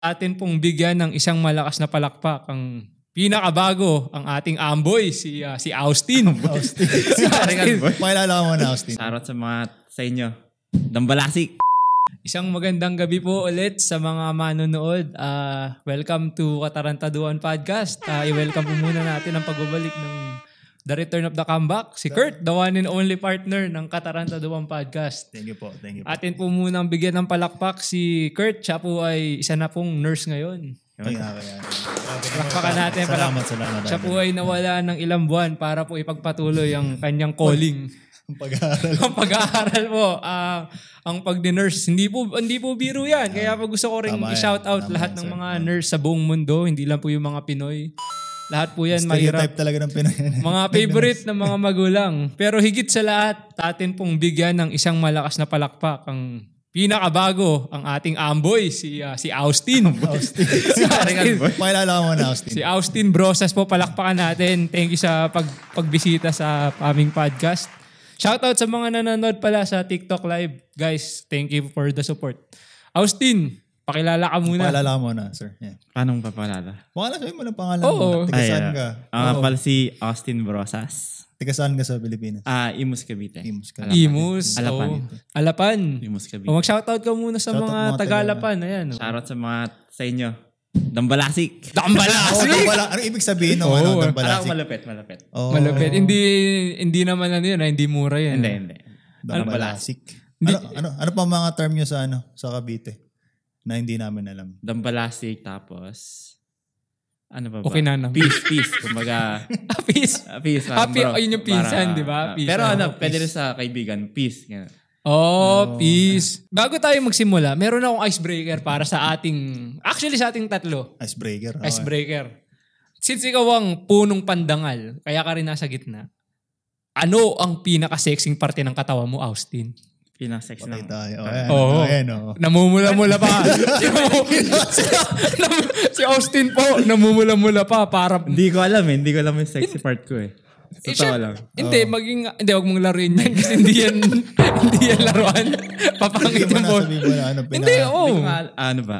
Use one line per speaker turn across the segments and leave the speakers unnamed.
atin pong bigyan ng isang malakas na palakpak ang pinakabago ang ating amboy si ah, si Austin. Austin. si Austin.
Pakilala ka muna, Austin.
Sarot sa mga sa inyo. Dambalasik.
Isang magandang gabi po ulit sa mga manonood. Ah, welcome to Katarantaduan Podcast. Ah, i-welcome po muna natin ang pagbabalik ng The Return of the Comeback, si Kurt, the one and only partner ng Katarantaduan Podcast.
Thank you po, thank you po.
Atin po muna ang bigyan ng palakpak si Kurt. Siya po ay isa na pong nurse ngayon.
Thank you, kaya.
Palakpakan natin.
Salamat, salamat.
Siya po ay nawala ng ilang buwan para po ipagpatuloy ang kanyang calling.
Ang pag-aaral.
ang pag-aaral po, ah, ang pag-nurse. Hindi po, hindi po biro yan. Kaya po gusto ko rin
Ah, Tama yan.
i-shout out
Tama
lahat
yan,
ng
sir.
mga nurse sa buong mundo. Hindi lang po yung mga Pinoy. Lahat po yan mahirap
Stereotype talaga ng Pinoy.
mga favorite ng mga magulang. Pero higit sa lahat, atin pong bigyan ng isang malakas na palakpak ang pinakabago ang ating amboy si ah, si Austin. si Austin.
Pakilala ka muna, Austin.
Si Austin Brosas po palakpakan natin. Thank you sa pag pagbisita sa aming podcast. Shoutout sa mga nanonood pala sa TikTok live. Guys, thank you for the support. Austin, pakilala ka muna.
Pakilala ka muna, sir. Yeah.
Paano mo papalala?
Pangalan, sabihin mo ng pangalan
Oo.
mo. Tiga saan
Ay,
ka?
ah, Ang kapal si Austin Brosas.
Tiga saan ka sa Pilipinas?
Ah, Imus Cavite.
Imus ka.
Imus.
Alapan.
oo. Alapan.
Imus Cavite.
O, mag-shoutout ka muna sa
Shoutout
mga
mga
Tagalapan. Ayan. oh. o.
Sarot sa mga sa inyo. Dambalasik.
Oh,
Dambalasik!
Dambala- ano ibig sabihin ng ano,
Oo.
Alam ko
Dambalasik?
malupit, malupit.
Oh,
Malupit. Hindi, hindi naman ano yun, ah, hindi mura yan.
Hindi, hindi.
Dambalasik. Ano, ano, ano pa mga term nyo sa ano, sa Cavite? Na hindi namin alam.
Dambalasik tapos ano ba ba?
Okay na naman.
Peace, peace. Kumbaga,
Peace.
ah, peace.
Ah,
parang
pi-
bro.
ayun yung pinsan,
Para-
di ba?
ah,
Peace.
Pero ano,
Oh,
pwede
peace.
rin sa kaibigan, peace. Ganun.
Oh, peace. Bago tayo magsimula, meron akong icebreaker para sa ating, actually sa ating tatlo,
Icebreaker. Okay.
icebreaker. Since ikaw ang punong pandangal, kaya ka rin nasa gitna, ano ang pinaka-sexing parte ng katawan mo, Austin?
Pinaka-sex
Patay
ng...
tayo. Oh, ayan,
Oo.
oh, ayan, oh.
Namumula-mula pa. si, si Austin po, namumula-mula pa para
Hindi ko alam eh. Hindi ko alam yung sexy part ko eh.
Eh,
Totoo
syem-
lang.
Hindi, maging, hindi, huwag mong laruin yan kasi hindi yan, hindi yan laruan. Papangit
Hindi mo
yung
na
ball.
sabihin mo na ano, pinaka-
Hindi, oo.
Hindi ko nga al- ano ba?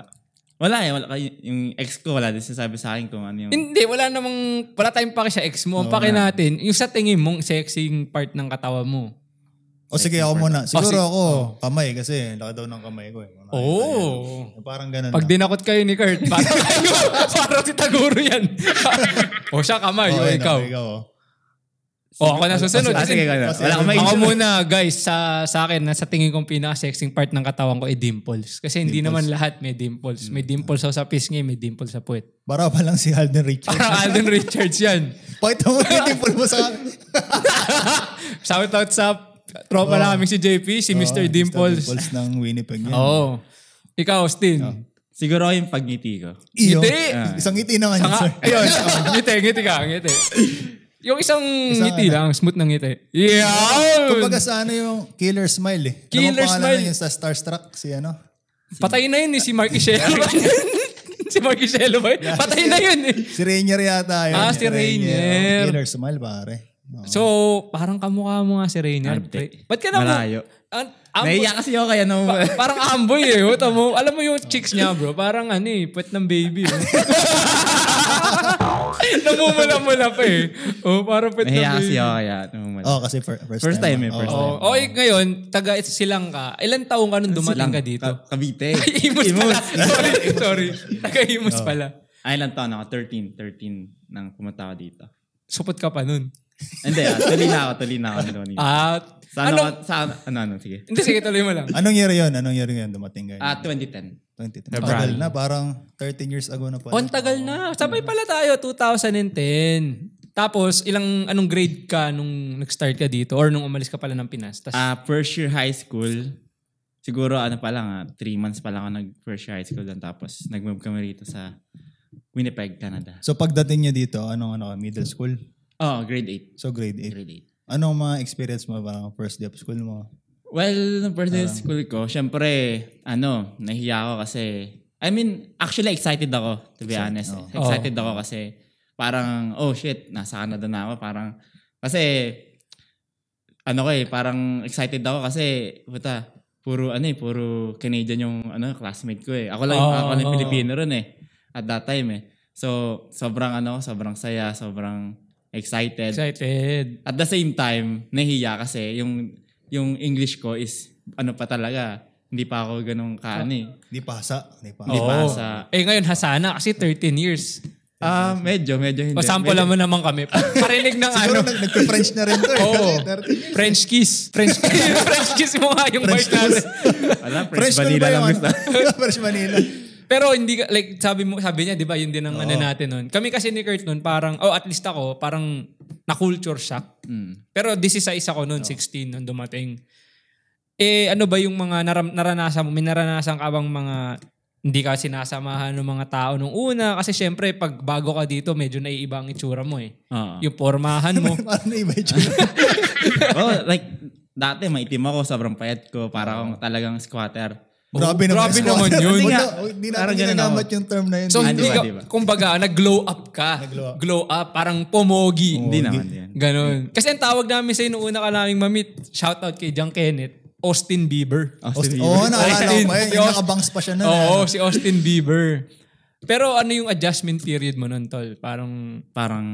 Wala eh. Wala, kay- yung ex ko wala din sinasabi sa akin kung ano yung...
Hindi, wala namang, wala tayong paki sa ex mo. Ang paki natin, yung sa tingin mong sexing part ng katawa mo.
O sige, ako muna. Siguro
Ah, si- oh.
ako, kamay kasi. Laki daw ng kamay ko eh. Mga- eh,
Oo.
Parang ganun.
Ano? Pag
lang.
dinakot kayo ni Kurt, parang kayo, parang si Taguro yan. o siya kamay,
Oo,
o
ayun,
ikaw.
ako, ikaw, oh.
O ako na susunod.
Ah, sige,
Kasi,
wala.
kasi-
Wala akong
ako
maisip.
muna guys, sa, sa akin, na sa tingin kong pinaka-sexing part ng katawan ko ay dimples. Kasi hindi naman lahat may dimples. May
Mm.
dimples ako sa pisngi, may dimples sa puwet.
Bara pa lang si Alden Richards.
Parang Alden Richards yan.
Pakita mo yung dimple mo sa Oh, akin.
Shout out sa tropa namin si JP, si Mr. Dimples.
Dimples ng Winnipeg
Oo.
yan.
Oh. Ikaw, Austin.
Siguro yung pagngiti ko.
Iyo. Ah.
Ngiti!
Isang ngiti naman yun,
Nga,
sir.
ayun. oh,
Ah.
ngiti, ngiti ka, ngiti. Yung isang ngiti
ano?
lang, smooth ng ngiti. Yeah!
Kumbaga sa ano yung killer smile eh. Ano
Killer
pangalan
smile.
nun Yung sa Starstruck, si ano?
Patay na yun eh, si Mark Ishelo. si Mark Ishelo ba yun? Patay na yun eh.
Si Rainier yata yun.
Ah, si Rainier.
oh. Killer smile, pare. Oh.
So, parang kamukha mo nga si Rainier.
Ante.
Ba't ka na
Malayo.
Ang- ang-
Naiya kasi ako kaya nung...
Pa- parang amboy eh. Huwag mo. Alam mo yung chicks niya bro. Parang ano eh. Puwet ng baby. Eh. Namumula-mula pa eh. Oh, parang puwet ng
Nahiya
baby.
kasi ako kaya nung...
Oh, kasi fir- first,
First time eh,
ah.
first
Oo.
time.
Oh, oh, eh, ngayon, taga silang ka. Ilan taong ka nung dumating
Silang-
ka dito?
Ka- Cavite.
Ay, Imus pala. sorry, sorry. Taga Imus pala.
Ay, Ah, ilang taon ako? 13. 13 nang pumunta ako dito.
Supot ka pa nun.
Hindi, ah, tuloy na ako. Tuloy na ako. Tuloy na ako.
At,
Sa ano,
Ah, ano?
ka- sa ano, ano, ano, sige.
Hindi, sige, tuloy mo lang.
Oh. Anong year yun? Anong year yun dumating kayo?
Ah, 2010.
2010.
February.
Tagal na, parang 13 years ago na pala.
On tagal na. Sabay pala tayo, 2010. Tapos, ilang, anong grade ka nung nag-start ka dito? Or nung umalis ka pala ng Pinas? Tas,
Ah, first year high school. Siguro ano pa lang, ah, three months pa lang ako nag first year high school doon. Tapos nag-move kami rito sa Winnipeg, Canada.
So pagdating niya dito, anong ano ka, middle school?
Oh, grade
So grade
8.
8.
Grade 8.
Anong mga experience mo parang first day of school mo?
Well, nung first day
Ah.
of school ko, syempre, ano, nahiya ako kasi, I mean, actually excited ako, to be honest.
oh.
Excited ako kasi, parang, oh shit, nasa Canada na ako, parang, kasi, ano ko eh, parang excited ako kasi, puta, puro ano eh, puro Canadian yung ano, classmate ko eh. Ako lang,
Oh,
Oo,
ako lang
oo.
Pilipino ron eh. At that time eh. So, sobrang ano, sobrang saya, sobrang excited.
Excited.
At the same time, nahiya kasi yung yung English ko is ano pa talaga, hindi pa ako ganun ka ano eh.
Di pasa. Di pasa.
Hindi
Oo.
pasa.
Eh ngayon, hasana kasi 13 years.
Ah, medyo, medyo hindi.
Pasample
Medyo-
mo naman kami. Parinig ng ano.
Siguro nag- nagpe-French na rin to eh.
Oh.
Oo.
Kasi
French kiss. French kiss. French kiss mo nga yung
French
part natin.
Wala, French,
French na
vanilla
ba
lang
yung
gusto.
ano? French Manila.
Pero hindi ka- like sabi mo sabi niya 'di ba yun din ang ano natin noon. Kami kasi ni Kurt noon parang oh at least ako parang na culture shock.
Mm.
Pero this is sa isa ko noon 16 noon dumating. Eh ano ba yung mga naram, naranasan mo? May naranasan ka bang mga hindi ka sinasamahan ng mga tao nung una kasi syempre pag bago ka dito medyo naiiba ang itsura mo eh.
Oo.
Yung pormahan mo.
Parang naiba yung tsura.
oh, like, dati maitim ako, sobrang payat ko, para akong talagang squatter.
Grabe naman.
Grabe naman yun.
Hindi
nga.
Hindi natin
Parang ganun
ginagamit
ako.
yung term na yun.
So
Ah,
hindi
diba,
ka,
diba?
kumbaga nag-glow up ka.
Nag-glow up.
Glow up, parang pomogi.
Hindi naman yan.
Ganon. Mm. Kasi ang tawag namin sa'yo nung una ka naming mamit, shoutout kay John Kenneth, Austin Bieber.
Austin,
Austin Bieber.
oo, naalala ko pa
Austin.
yun. Yung nakabangs pa siya eh. na.
Ano
Oo, si Austin Bieber. Pero ano yung adjustment period mo nun, Tol? Parang,
Parang,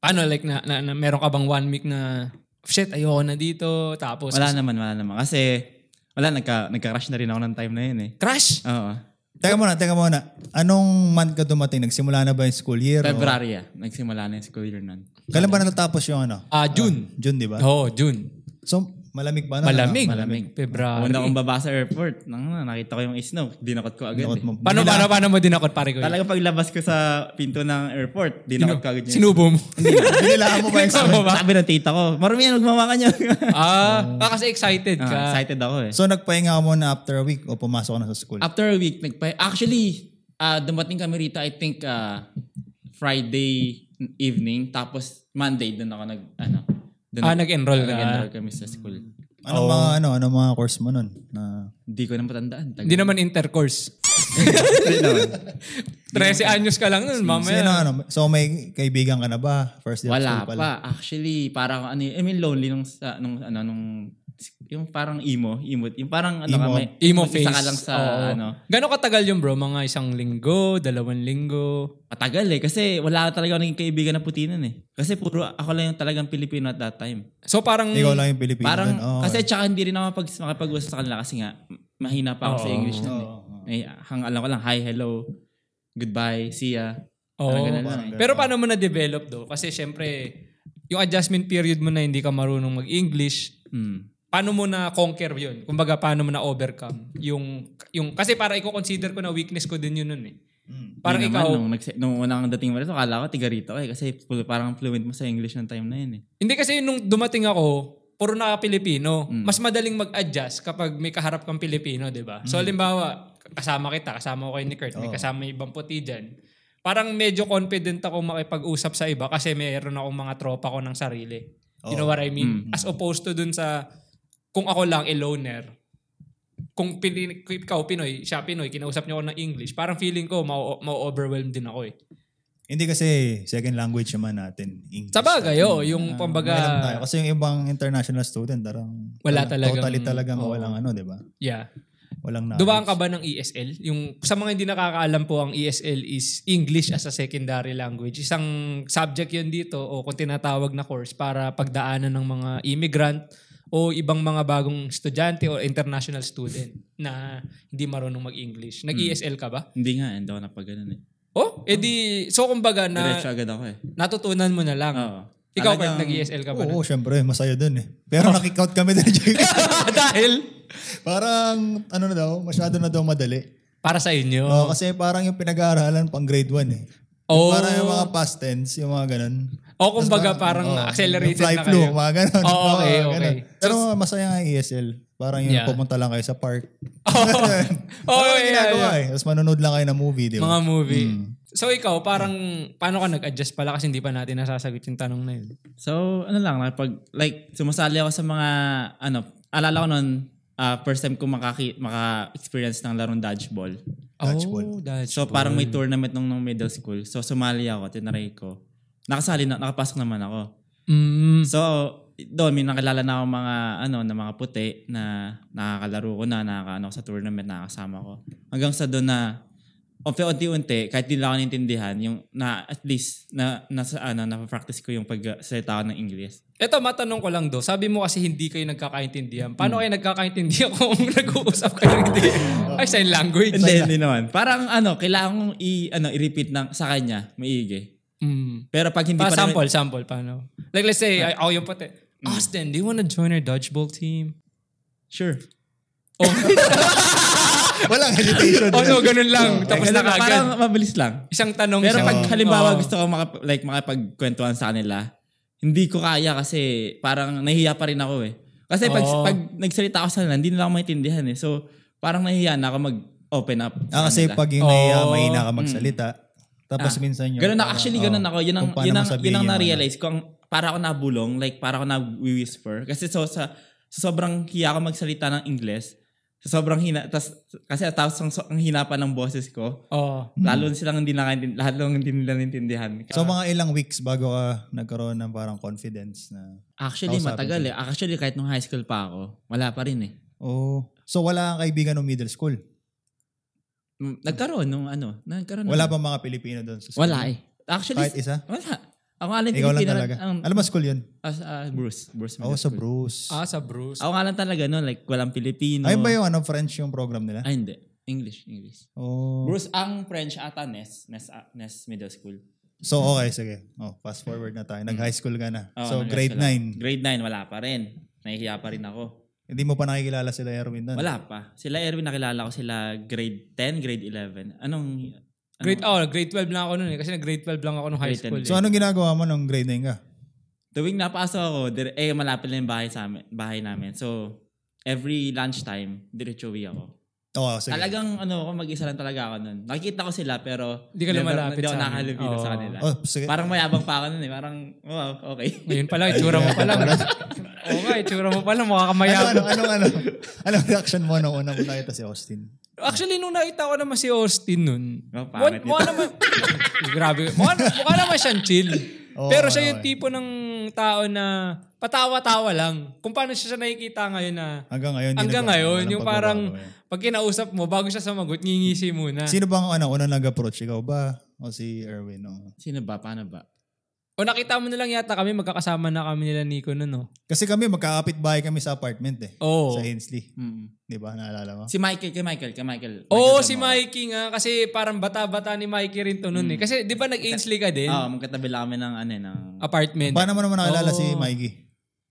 paano like na, na, na meron ka bang one week na, shit, ayoko na dito, tapos,
wala naman, wala naman. Kasi, wala, nagka, nagka-crush na rin ako ng time na yun eh.
crash!
Oo.
Teka muna, teka muna. Anong month ka dumating? Nagsimula na ba yung school year? o-
February ah. Nagsimula na yung school year nun.
Kailan ba natatapos yung ano?
Ah, June.
June, di ba?
Oo, June.
So, malamig ba? na?
Malamig.
malamig.
February.
Una kong baba sa airport, nang, ano, nakita ko yung snow, dinakot ko agad
Nakot
eh.
mo-
Paano, paano, paano mo dinakot, pare ko?
Talaga paglabas ko sa pinto ng airport, dinakot ko agad yun.
Sinubo mo.
Binilaan mo ba yung
Sinubo ba?
Sabi ng tita ko, marami yan, magmawa ka niyo.
ah, ah, kasi excited
Ah,
ka.
excited ako eh.
So, nagpahinga ka muna after a week o pumasok ka na sa
Ah,
school?
After a week, nagpa- actually, ah, dumating kami rito, I think, ah, Friday evening. Tapos, Monday, doon ako nag, ano, doon
Ah, nag-enroll ka.
nag-enroll kami sa school.
oh.
Anong mga, ano, anong mga course mo nun? Na,
Hindi ko na matandaan. Tagal.
Hindi naman intercourse. 13 anyos ka lang nun,
sino,
mamaya.
ano, so, may kaibigan ka na ba? First day of
Wala
school
pa. Actually, parang, ano, I mean, lonely nung, sa, nung, ano, nung, yung parang emo, emo, yung parang, ano,
Emo.
kami,
Emo phase.
Isa ka lang sa,
Oo.
ano,
Gano'ng katagal yung bro? Mga isang linggo, dalawang linggo.
matagal eh. Kasi wala talaga ako naging kaibigan na putinan eh. Kasi puro ako lang yung talagang Pilipino at that time.
So parang,
Ikaw lang yung Pilipino. Oh,
Parang,
dun. Oo.
kasi tsaka hindi rin ako pag, makapag-usap sa kanila kasi nga, mahina pa ako sa English nun eh.
Oo, oo.
May, hang, alam ko lang, hi, hello, goodbye, see ya.
Oo.
Parang ganun lang eh.
pero
Ah.
paano mo na-develop do? Kasi syempre, yung adjustment period mo na hindi ka marunong mag-English,
Mm.
paano mo na conquer yun? Kumbaga, paano mo na overcome? Yung, yung, kasi para i-consider ko na weakness ko din yun nun eh.
Hmm.
Parang
Hindi
ikaw,
Naman, nung, nagse- nung unang dating mo rito, akala ko tiga rito eh. Kasi fu- parang fluent mo sa English ng time na yun eh.
Hindi kasi nung dumating ako, puro naka-Pilipino.
Mm.
Mas madaling mag-adjust kapag may kaharap kang Pilipino, di ba?
Mm.
So, halimbawa, kasama kita, kasama ko kay ni Kurt, may kasama yung ibang puti dyan. Parang medyo confident ako makipag-usap sa iba kasi mayroon akong mga tropa ko ng sarili. You know what I
Mm.
mean? As opposed to dun sa, kung ako lang, a loner, kung pili, kung ikaw Pinoy, siya Pinoy, kinausap niyo ako ng English, parang feeling ko ma-overwhelm din ako eh.
Hindi kasi second language naman natin. English.
Sa bagay, oh, yung
mm. Ah, May alam tayo.
pambaga,
Kasi yung ibang international student, tarang,
Wala talagang-
Totally talagang
oo.
walang ano, di ba?
yeah.
Walang knowledge.
Dumaan ka ba ng ESL? Yung sa mga hindi nakakaalam po ang ESL is English as a secondary language. Isang subject 'yun dito o kung tinatawag na course para pagdaanan ng mga immigrant o ibang mga bagong estudyante o international student na hindi marunong mag-English.
Hmm.
Nag-ESL ka ba?
Hindi nga, hindi ako napag ganun eh.
Oh, edi so kumbaga na
Diretso agad ako eh.
natutunan mo na lang.
Oo.
Ikaw
Talagang-
Kurt, nag-ESL ka ba?
Oo, syempre, masaya dun eh.
Oh.
Pero nakikout kami din.
Dahil
parang, ano na daw, masyado na daw madali.
para sa inyo.
Oo, kasi parang yung pinag-aaralan pang grade 1 eh.
Oh.
Parang yung mga past tense, yung mga ganun.
O kumbaga parang
Oo,
accelerated
yung fly
na
flu,
kayo.
mga ganun.
Oo, okay,
Oo, ganun.
okay.
Pero masaya nga yung ESL. Parang yung
Yeah.
pumunta lang kayo sa park.
Oo.
Oh,
Oo,
Parang
yeah,
ginagawa
yeah.
eh. Tapos manonood lang kayo ng movie, di ba?
Mga movie.
mm.
So ikaw, parang paano ka nag-adjust pala kasi hindi pa natin nasasagot yung tanong na yun.
So, ano lang, pag, like, sumasali ako sa mga, ano, alala ko noon, ah, first time ko makaki, maka-experience ng larong dodgeball.
Dodgeball.
Oh, dodgeball.
So, parang may tournament nung, nung middle school. So, sumali ako, tinaray ko. Nakasali na, nakapasok naman ako.
Mm,
So, doon may nakilala na ako mga ano na mga puti na nakakalaro ko na nakakaano ko sa tournament nakakasama ko. Hanggang sa doon na unti-unti, kahit di lang ako naintindihan, yung na at least na nasa ano na practice ko yung pagsalita ko ng English.
Eto, matanong ko lang do. Sabi mo kasi hindi kayo nagkakaintindihan.
Mm.
Paano kayo nagkakaintindihan kung nag-uusap kayo ng hindi? Ay, sign language.
Hindi, hindi naman. Parang ano, kailangan kong i ano i-repeat ng sa kanya, maigi.
Mm.
Pero pag hindi
Pa,
pa rin- Mm.
sample, sample. Paano? Like, let's say, ay, ako yung pati. Austin, do you wanna join our dodgeball team?
sure.
Oh,
Walang hesitation.
oh no, ganun lang. Tapos na
Ganun,
kagad.
Parang mabilis lang.
Isang tanong. Oh.
Pero
isang-
pag halimbawa
Oo.
gusto ko makap- like makipagkwentuhan sa kanila, hindi ko kaya kasi parang nahihiya pa rin ako eh. Kasi pag,
Oo.
pag nagsalita ako sa kanila, hindi nila ako maintindihan eh. So parang nahihiya na ako mag-open up sa
Ah, kasi
kanila.
pag yung nahiya,
Oo.
mahina ka magsalita. Tapos
Oh, Ah,
minsan yun.
Ganun na, actually ganun ako. eh. Yun ang,
Kung paano
yun ang,
mo sabihin
yun ang
yung ano.
na-realize ko. Ang, para ako nabulong, like para ako na-whisper. Kasi so, sa, sa sobrang hiya ako magsalita ng Ingles, sa sobrang hina, tas, kasi tapos ang, ang hina pa ng boses ko,
Oo.
lalo silang hindi nakaintindihan, lalo hindi nila naintindihan.
Hmm. So mga ilang weeks bago ka nagkaroon ng parang confidence na,
Actually,
Kausapin
matagal eh. Actually, kahit nung high school pa ako, wala pa rin eh.
oh, so wala kang kaibigan ng middle school.
Mm, Nagkaroon nung ano, nagkaroon.
Wala
ng-
bang mga Pilipino doon sa school?
Wala eh. Actually,
Kahit isa?
wala. Ako nga lang
Ikaw lang
Pilipino
talaga.
um,
ang-
Alam mo school yun?
as- ah, Bruce. Bruce
Oo,
Middle
sa
School.
Bruce.
Ah, sa Bruce.
Ako nga lang talaga no, like walang Pilipino.
Ayun ba yung ano, French yung program nila?
Ay, hindi. English, English.
Oh.
Bruce, ang French ata, Nes. Nes, ah, Nes Middle School.
So okay, sige. Oh, fast forward na tayo. Nag-high school ka na.
Mm. Oh,
Oo,
so
nag-high
grade
school ako.
9.
Grade 9, wala pa rin. Nahihiya pa rin ako.
Hindi mo pa nakikilala sila Erwin nun.
Wala pa. Sila Erwin, nakilala ko sila grade 10, grade 11. Anong... anong
Grade, oh, grade 12 lang ako noon eh. Kasi nag-grade 12 lang ako nung high
ano? Grade 10
school.
din.
So anong ginagawa mo nung grade 9 ka?
Tuwing napasok ako, dire, eh malapit lang yung bahay, sa amin, bahay namin. So, every lunchtime, diretso uwi ako.
Oo, Oh, sige.
Talagang ano ako, mag-isa lang talaga ako nun. Nakikita ko sila pero
Hindi ka lang
never-
malapit
hindi ako
sa amin.
nakahalubilo
Oo.
sa kanila.
Oh, sige.
Parang mayabang pa ako nun eh. Parang, wow, okay.
Ngayon pala, itsura mo pala. Oo nga, itsura mo pala. Mukha kang mayabang.
Ano, ano, ano, ano? Anong reaction mo nung unang mula kita si Austin?
Actually, nung nakita ko naman si Austin nun,
Oh,
mukha
pangit
mukha naman, grabe, mukha, na- mukha naman siyang chill.
Oo,
Pero siya
ano
yung
eh.
tipo ng tao na patawa-tawa lang. Kung paano siya, siya nakikita ngayon na
Hanggang ngayon. di
hanggang
nagbabago.
ngayon,
Walang
yung parang
pagbabago eh.
pag kinausap mo, bago siya sumagot, ngingisi muna.
Sino bang ano, unang nag-approach? Ikaw ba? O si Erwin? Oh. O?
Sino ba? Paano ba?
o nakita mo na lang yata kami, magkakasama na kami nila Nico nun, no?
Kasi kami, magkakapit bahay kami sa apartment eh.
Oo.
Sa Hensley.
Mm.
Di ba? Naalala mo?
Si Michael, kay Michael, kay Michael.
Oo,
Michael
si
Zamora.
Mikey nga. Kasi parang bata-bata ni Mikey rin to
Mm.
nun eh. Kasi di ba nag-Ainsley ka din?
Ah,
Oo, magkatabi lang kami ng ano eh, ng...
Apartment.
Paano mo naman nakilala
Oo.
si Mikey?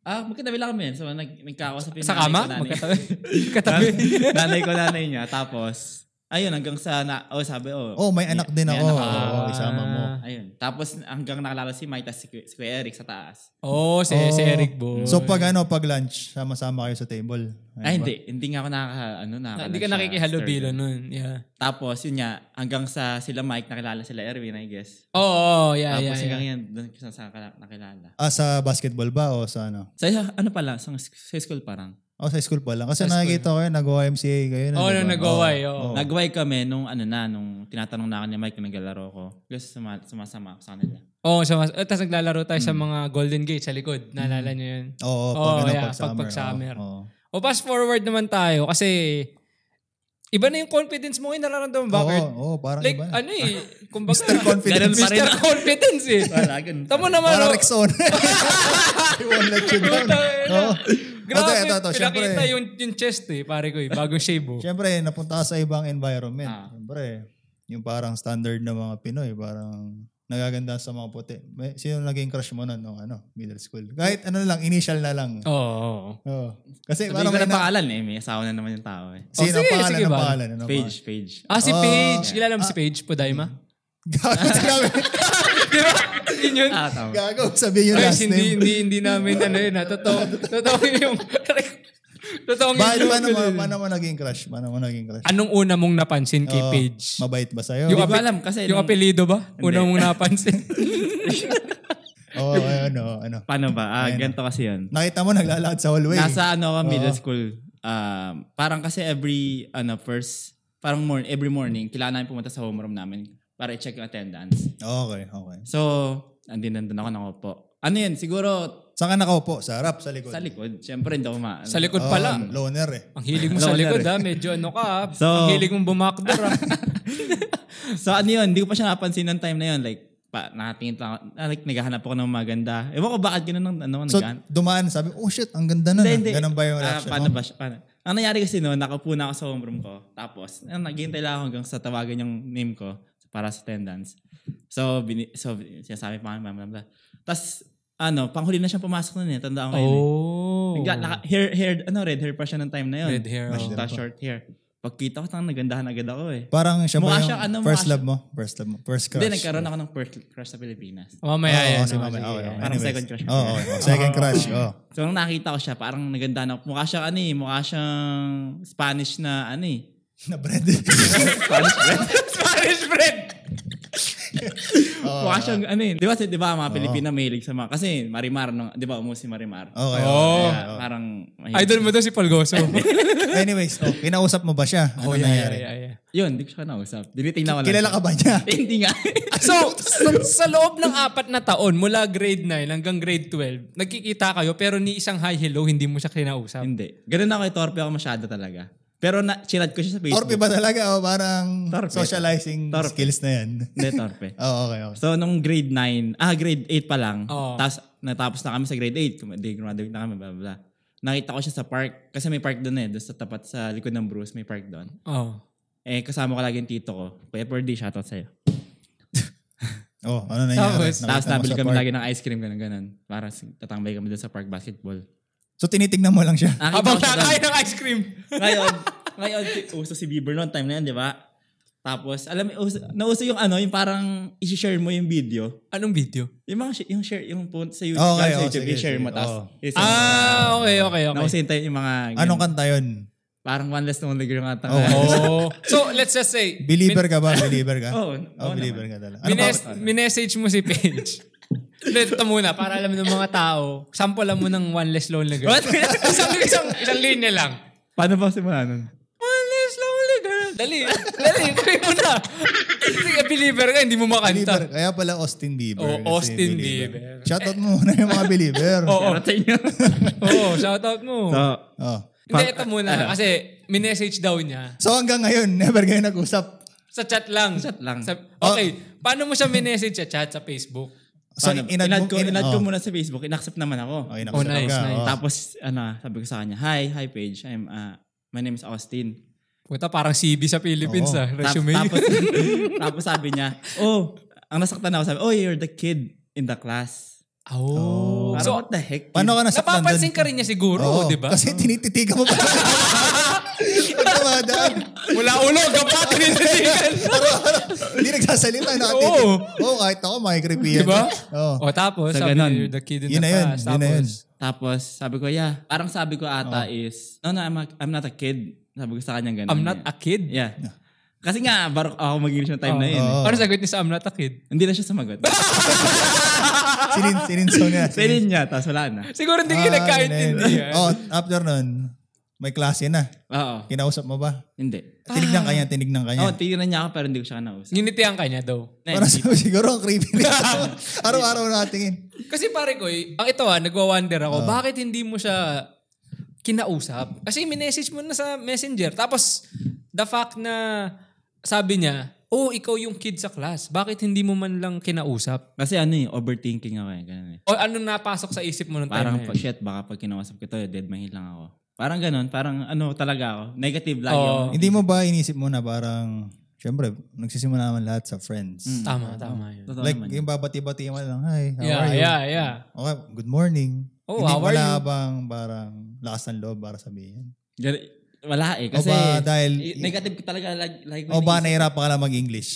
Ah, magkatabi lang kami. So, nag, nagkakausap yung
Sa
nanay
kama?
ko, nanay-
Magkatabi. Katabi.
Nan- nanay ko, nanay niya. Tapos, ayun, hanggang sa, na, oh, sabi, oh.
Oh, may anak din
may
ako.
Ah.
anak
Oo, isama mo.
Ayun. Tapos, hanggang nakalala si Mike, tapos si, Kuya- si Kuya Eric sa taas.
Oo, Oh, si, si
Oo.
Eric Bo.
Oh. So pag ano, pag lunch, sama-sama kayo sa table. Ayun
Ay,
ba?
hindi. Hindi nga ako nakaka, ano, nakaka.
Na, hindi ka nakikihalubilo nun. Yeah.
Tapos, yun nga, hanggang sa sila Mike, nakilala sila Erwin, I guess.
Oo, oh, yeah,
Tapos,
yeah, yeah.
hanggang yan, doon ko sa sa- nakilala.
Ah, sa basketball ba o sa ano?
Sa, ano pala, sa, sa school parang.
Oh, sa school pa lang. Kasi
Sa school. Oh,
nakikita ko yun, nag-OMCA kayo.
Oo,
nag-
nung nag-OY, oo.
Oo.
Nagway kami nung ano na, nung tinatanong na ako ni Mike kung naglalaro ko. Gusto suma, sumasama ako sa kanila.
Oo, oh, so, mas- eh, tapos naglalaro tayo sa
Hmm.
mga Golden Gate sa likod. Naalala niyo yun.
Oo,
Oo,
pag, ano,
Oh, yeah,
pag summer.
pag- pag
oo,
summer.
oo.
O fast forward naman tayo kasi iba na yung confidence mo ngayon nararamdaman mo. Bakit?
Oo, oo, parang
like,
iba.
ano eh. Kumbaga,
Mr. Confidence.
Ganun pa rin.
Mr. Confidence eh.
Wala, ganun.
Tamo naman.
Parang
oh.
Rexon. He won't let you down.
Puta, eh,
Oo.
Grabe,
Ito, ito, ito, syempre.
pinakita yung, yung chest eh, pare ko eh. Bagong shave oh.
Siyempre, napunta ka sa ibang environment.
Ah.
Siyempre, yung parang standard ng mga Pinoy, parang nagaganda sa mga puti. May, sino naging crush mo nun nung ano, middle school? Kahit ano lang, initial na lang.
Oo. Oh,
Oo. Kasi
Sabihin
parang
ko
may
na
na...
pangalan eh. May asawa na naman yung tao eh.
Sino
Oh, sige,
ang pangalan
sige
ng
ba?
pangalan? Ano
Page, page.
Ah, si
Oh.
Paige. Kilala mo si Paige Podayma?
Gago, sinabi.
Di ba? Yun yun.
Ah, tama.
Gago, sabihin yung
Guys,
last
hindi,
name.
hindi, hindi namin ano yun ha. Totoo, totoo yung... totoo yung...
Bakit,
look
paano,
ko
mo,
dun.
paano mo naging crush? Paano mo naging crush?
Anong una mong napansin Ah, kay
Oo,
Paige?
Mabait ba sa'yo?
Yung,
Hindi ko
api-
alam kasi
yung
nung-
apelido ba? Una
Hindi.
mong napansin?
Oo, oh, ano, ano.
Paano ba? Ah, ganito kasi yun.
Nakita mo, naglalakad sa hallway.
Nasa ano ako, middle school. Um, parang kasi every, ano, first, parang morning, every morning, kailangan namin pumunta sa homeroom namin para i-check yung attendance.
Okay, okay.
So, andin nandun ako, nakaupo. Ano yun, siguro
Saan ka nakaupo? Sa harap, sa likod.
sa likod. Siyempre, hindi ako ma... ano.
Sa likod
Oo,
pala.
Loner eh.
Ang hilig mo sa
Loner
likod
eh.
ha, medyo ano ka ha.
So-
Ang hilig mong bumakdor ha.
so ano yun, hindi ko pa siya napansin ng time na yun. Like, pa, nakatingin lang ako. ah, Like, naghahanap ako ng maganda. Ewan ko bakit ganun ang ano,
So,
naghahanap.
dumaan, sabi, oh shit, ang ganda nun. ah." Ganun ba yung
Ah,
reaction
paano
mo?
ba siya? Paano? Ang nangyari kasi noon, nakapo na ako sa homeroom ko. Tapos, ah, naghihintay lang ako hanggang sa tawagan yung name ko para sa attendance. So, bini- so sinasabi pa nga, ma'am, blah, blah. Tapos, ano, panghuli na siya pumasok nun eh. Tanda ko ngayon. eh.
Oh.
Nagla- naka, hair, hair, ano, red hair pa siya ng time na yun.
Red hair.
Mas-
oh.
Basta short hair. Pagkita ko, tang nagandahan agad ako eh.
Parang siya ba
Mukha
yung
siya, ano, mukha
first
siya-
love mo? First love mo? First crush?
Hindi, nagkaroon ako ng first crush sa Pilipinas.
Mamaya
Oo,
yan.
kasi
oh,
mamaya.
sige.
Oo, oo.
Parang
Anyways.
second crush.
Oo, oo, oo. second crush. Oh.
So, nung nakita ko siya, parang nagandahan ako. Mukha siyang ano eh, mukha siyang Spanish na ano eh.
Na bread.
Spanish bread? Spanish bread!
Oo.
mukha siyang ano eh. Di ba, di ba mga
Oo.
Pilipina mahilig sa mga, kasi Marimar, nung, di ba umus si Marimar?
Okay.
Oo.
okay,
Kaya
okay.
parang, mahilig.
Idol mo daw si Palgoso.
Anyways, oh, kinausap mo ba siya? Ano
oh, yeah, yeah,
nangyari?
yeah, yeah.
Yun, hindi ko siya nausap. Dinitingnan ko lang.
Kilala ka ba niya?
Eh, Hindi nga.
So, sa, sa loob ng apat na taon, mula grade 9 hanggang grade 12, nagkikita kayo pero ni isang hi hello, hindi mo siya kinausap.
hindi. Ganun ako, eh, torpe ako masyado talaga. Pero na, chinat ko siya sa Facebook.
Torpe ba talaga? O parang
Torpe.
socializing
Torpe.
skills na yan?
Hindi, torpe.
Oo, okay, okay.
So, nung grade 9, ah, grade 8 pa lang.
Ah.
Oo.
Tapos, natapos na kami sa grade 8. Kum- Di, graduate na kami, blah, blah, blah. Nakita ko siya sa park. Kasi may park doon eh. Doon sa tapat sa likod ng Bruce, may park doon.
Oh.
Eh, kasama ko lagi yung tito ko. Kuya Purdy, shoutout sa'yo.
Oh, ano nangyari?
Tapos-
Nakita
Tapos,
mo
nabili
sa
kami
park.
lagi ng ice cream, ganun, ganun. Para s- tatambay kami doon sa park basketball.
So, tinitignan mo lang siya?
Nakita
Habang
ko siya doon.
nakakain ng ice cream.
ngayon, ngayon, si- uso si Bieber noon, time na yan, di ba? Tapos, alam mo, uso- nauso yung ano, yung parang isi-share mo yung video.
Anong video?
Yung mga, shi- yung share, yung po- sa YouTube,
Okay,
sa
oh,
YouTube,
sige,
i-share mo,
sige, Oh.
tapos, isend mo.
Ah, okay, okay, okay.
Nausin tayo yung mga...
Anong kanta yun?
Parang one less lonely girl
Oh,
nga tanga.
Oh. So, let's just say,
Believer ka ba? Believer ka? Oh,
Oo, oo
believer ka
naman.
talaga. Ano ba?
mines- minessage mo si Paige. Ito muna, para alam ng mga tao, sample lang mo ng one less lonely girl.
What?
isang, isang, isang linya lang.
Paano ba simula nun?
One less lonely girl. Dali, dali, tuloy mo na. Sige, believer ka, hindi mo
Believer.
makanta.
Kaya pala Austin Bieber.
Oo,
kasi
Austin Bieber.
Shoutout mo muna yung mga believer.
Oo.
Pero sa inyo.
Oo, shoutout mo.
so,
Oh.
hindi, ito
Ah.
muna. Kasi, minessage daw niya.
So hanggang ngayon, never kayo nag-usap.
Sa chat lang.
Chat lang.
Sa-
Oh.
okay, paano mo siya minessage sa chat sa Facebook?
So,
paano?
inad
Inad
mo-
ko,
in-
inad ko
oh.
muna sa Facebook. Inaccept naman ako.
Okay,
Oh,
nakusap
nice,
ka.
nice.
oh.
Tapos, ano, sabi ko sa kanya, Hi, hi Paige. I'm, ah, my name is Austin.
Puta, parang CB sa Philippines
Oo.
ah.
Tap-
Resume.
Tapos, tapos sabi niya, Oh, ang nasaktan ako. Sabi, Oh, you're the kid in the class.
oh.
Parang,
So,
what the heck?
Paano ka nasaktan
napapansin
dun?
ka rin diba? niya siguro,
Oo,
di ba?
Kasi tinititigan mo pa. Pag dumadaan,
Mula ulo, gapat tinititigan.
hindi nagsasalita. Nakatitig.
Oo. Diba?
Oo, kahit ako, makikripi
di
yan.
ba?
Diba? Oo.
O tapos,
Sa
sabi
ganun.
niya, the kid in
Yun
the
na yun,
past.
yun na yun.
Oh, Tapos,
Tapos, sabi ko, yeah. Parang sabi ko ata is, no, no, I'm, a- I'm not a kid. Sabi ko sa kanya ganun.
Oh. I'm not
Yeah.
a kid.
Yeah. Kasi nga, barok ako mag-English ng time na yun. eh.
Oo.
Ano sagot niya sa I'm not a kid?
Hindi na siya sumagot.
Sinin, sininsaw niya.
Sailin niya, tapos wala na.
Siguro hindi kayo
Ah,
nagkaintindihan.
yun. Oo, after nun, may klase na.
Oo.
Kinausap mo ba?
Hindi.
Tinignan
Ah.
ka niya, tinignan
Oh,
ka niya.
Oo, tinignan niya ako pero hindi ko siya kanausap.
Nginitihan ka niya daw.
Parang sabi, siguro ang creepy nito. Araw-araw nakatingin.
Kasi pare ko, eh, ang ito ah, nagwa-wonder ako, bakit hindi mo siya kinausap? Kasi minessage mo na sa messenger. Tapos, the fact na sabi niya, oh, ikaw yung kid sa class. Bakit hindi mo man lang kinausap?
Kasi ano eh, overthinking ako eh. Ganun eh.
O ano napasok sa isip mo nung time
Parang,
na
pag
yun?
shit, baka pag kinausap ko to, dead mahil lang ako. Parang ganun, parang ano talaga ako. Negative lagi
Oo.
ako.
Hindi mo ba inisip mo na parang, syempre, nagsisimula naman lahat sa friends.
Tama, tama Mm, yun.
Totoo
Like, eh.
naman.
yung babati-bati mo lang, hi, how
Yeah,
are you?
yeah, yeah.
Okay, good morning.
Oh,
Hindi
how are
wala
you?
bang parang lakas ng loob para sabihin.
Gan- wala eh.
O
Kasi,
ba dahil-
eh, negative talaga lagi. lagi ko
O ba
iniisip.
nahirapan ka lang mag-English?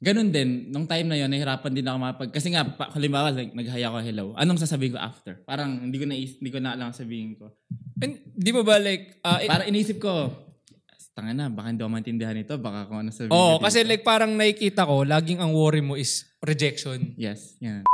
Ganun din, nung time na yon nahirapan din ako mapag... Kasi nga, pa, halimbawa, like, nag-hi ako, hello. Anong sasabihin ko after? Parang hindi ko na, hindi ko na alam ang sabihin ko.
And, di mo ba like, ah,
Parang inisip ko, tanga na, baka hindi ako maintindihan ito, baka kung ano sabihin
Oo,
ko dito."
kasi like parang nakikita ko, laging ang worry mo is rejection.
Yes, yan.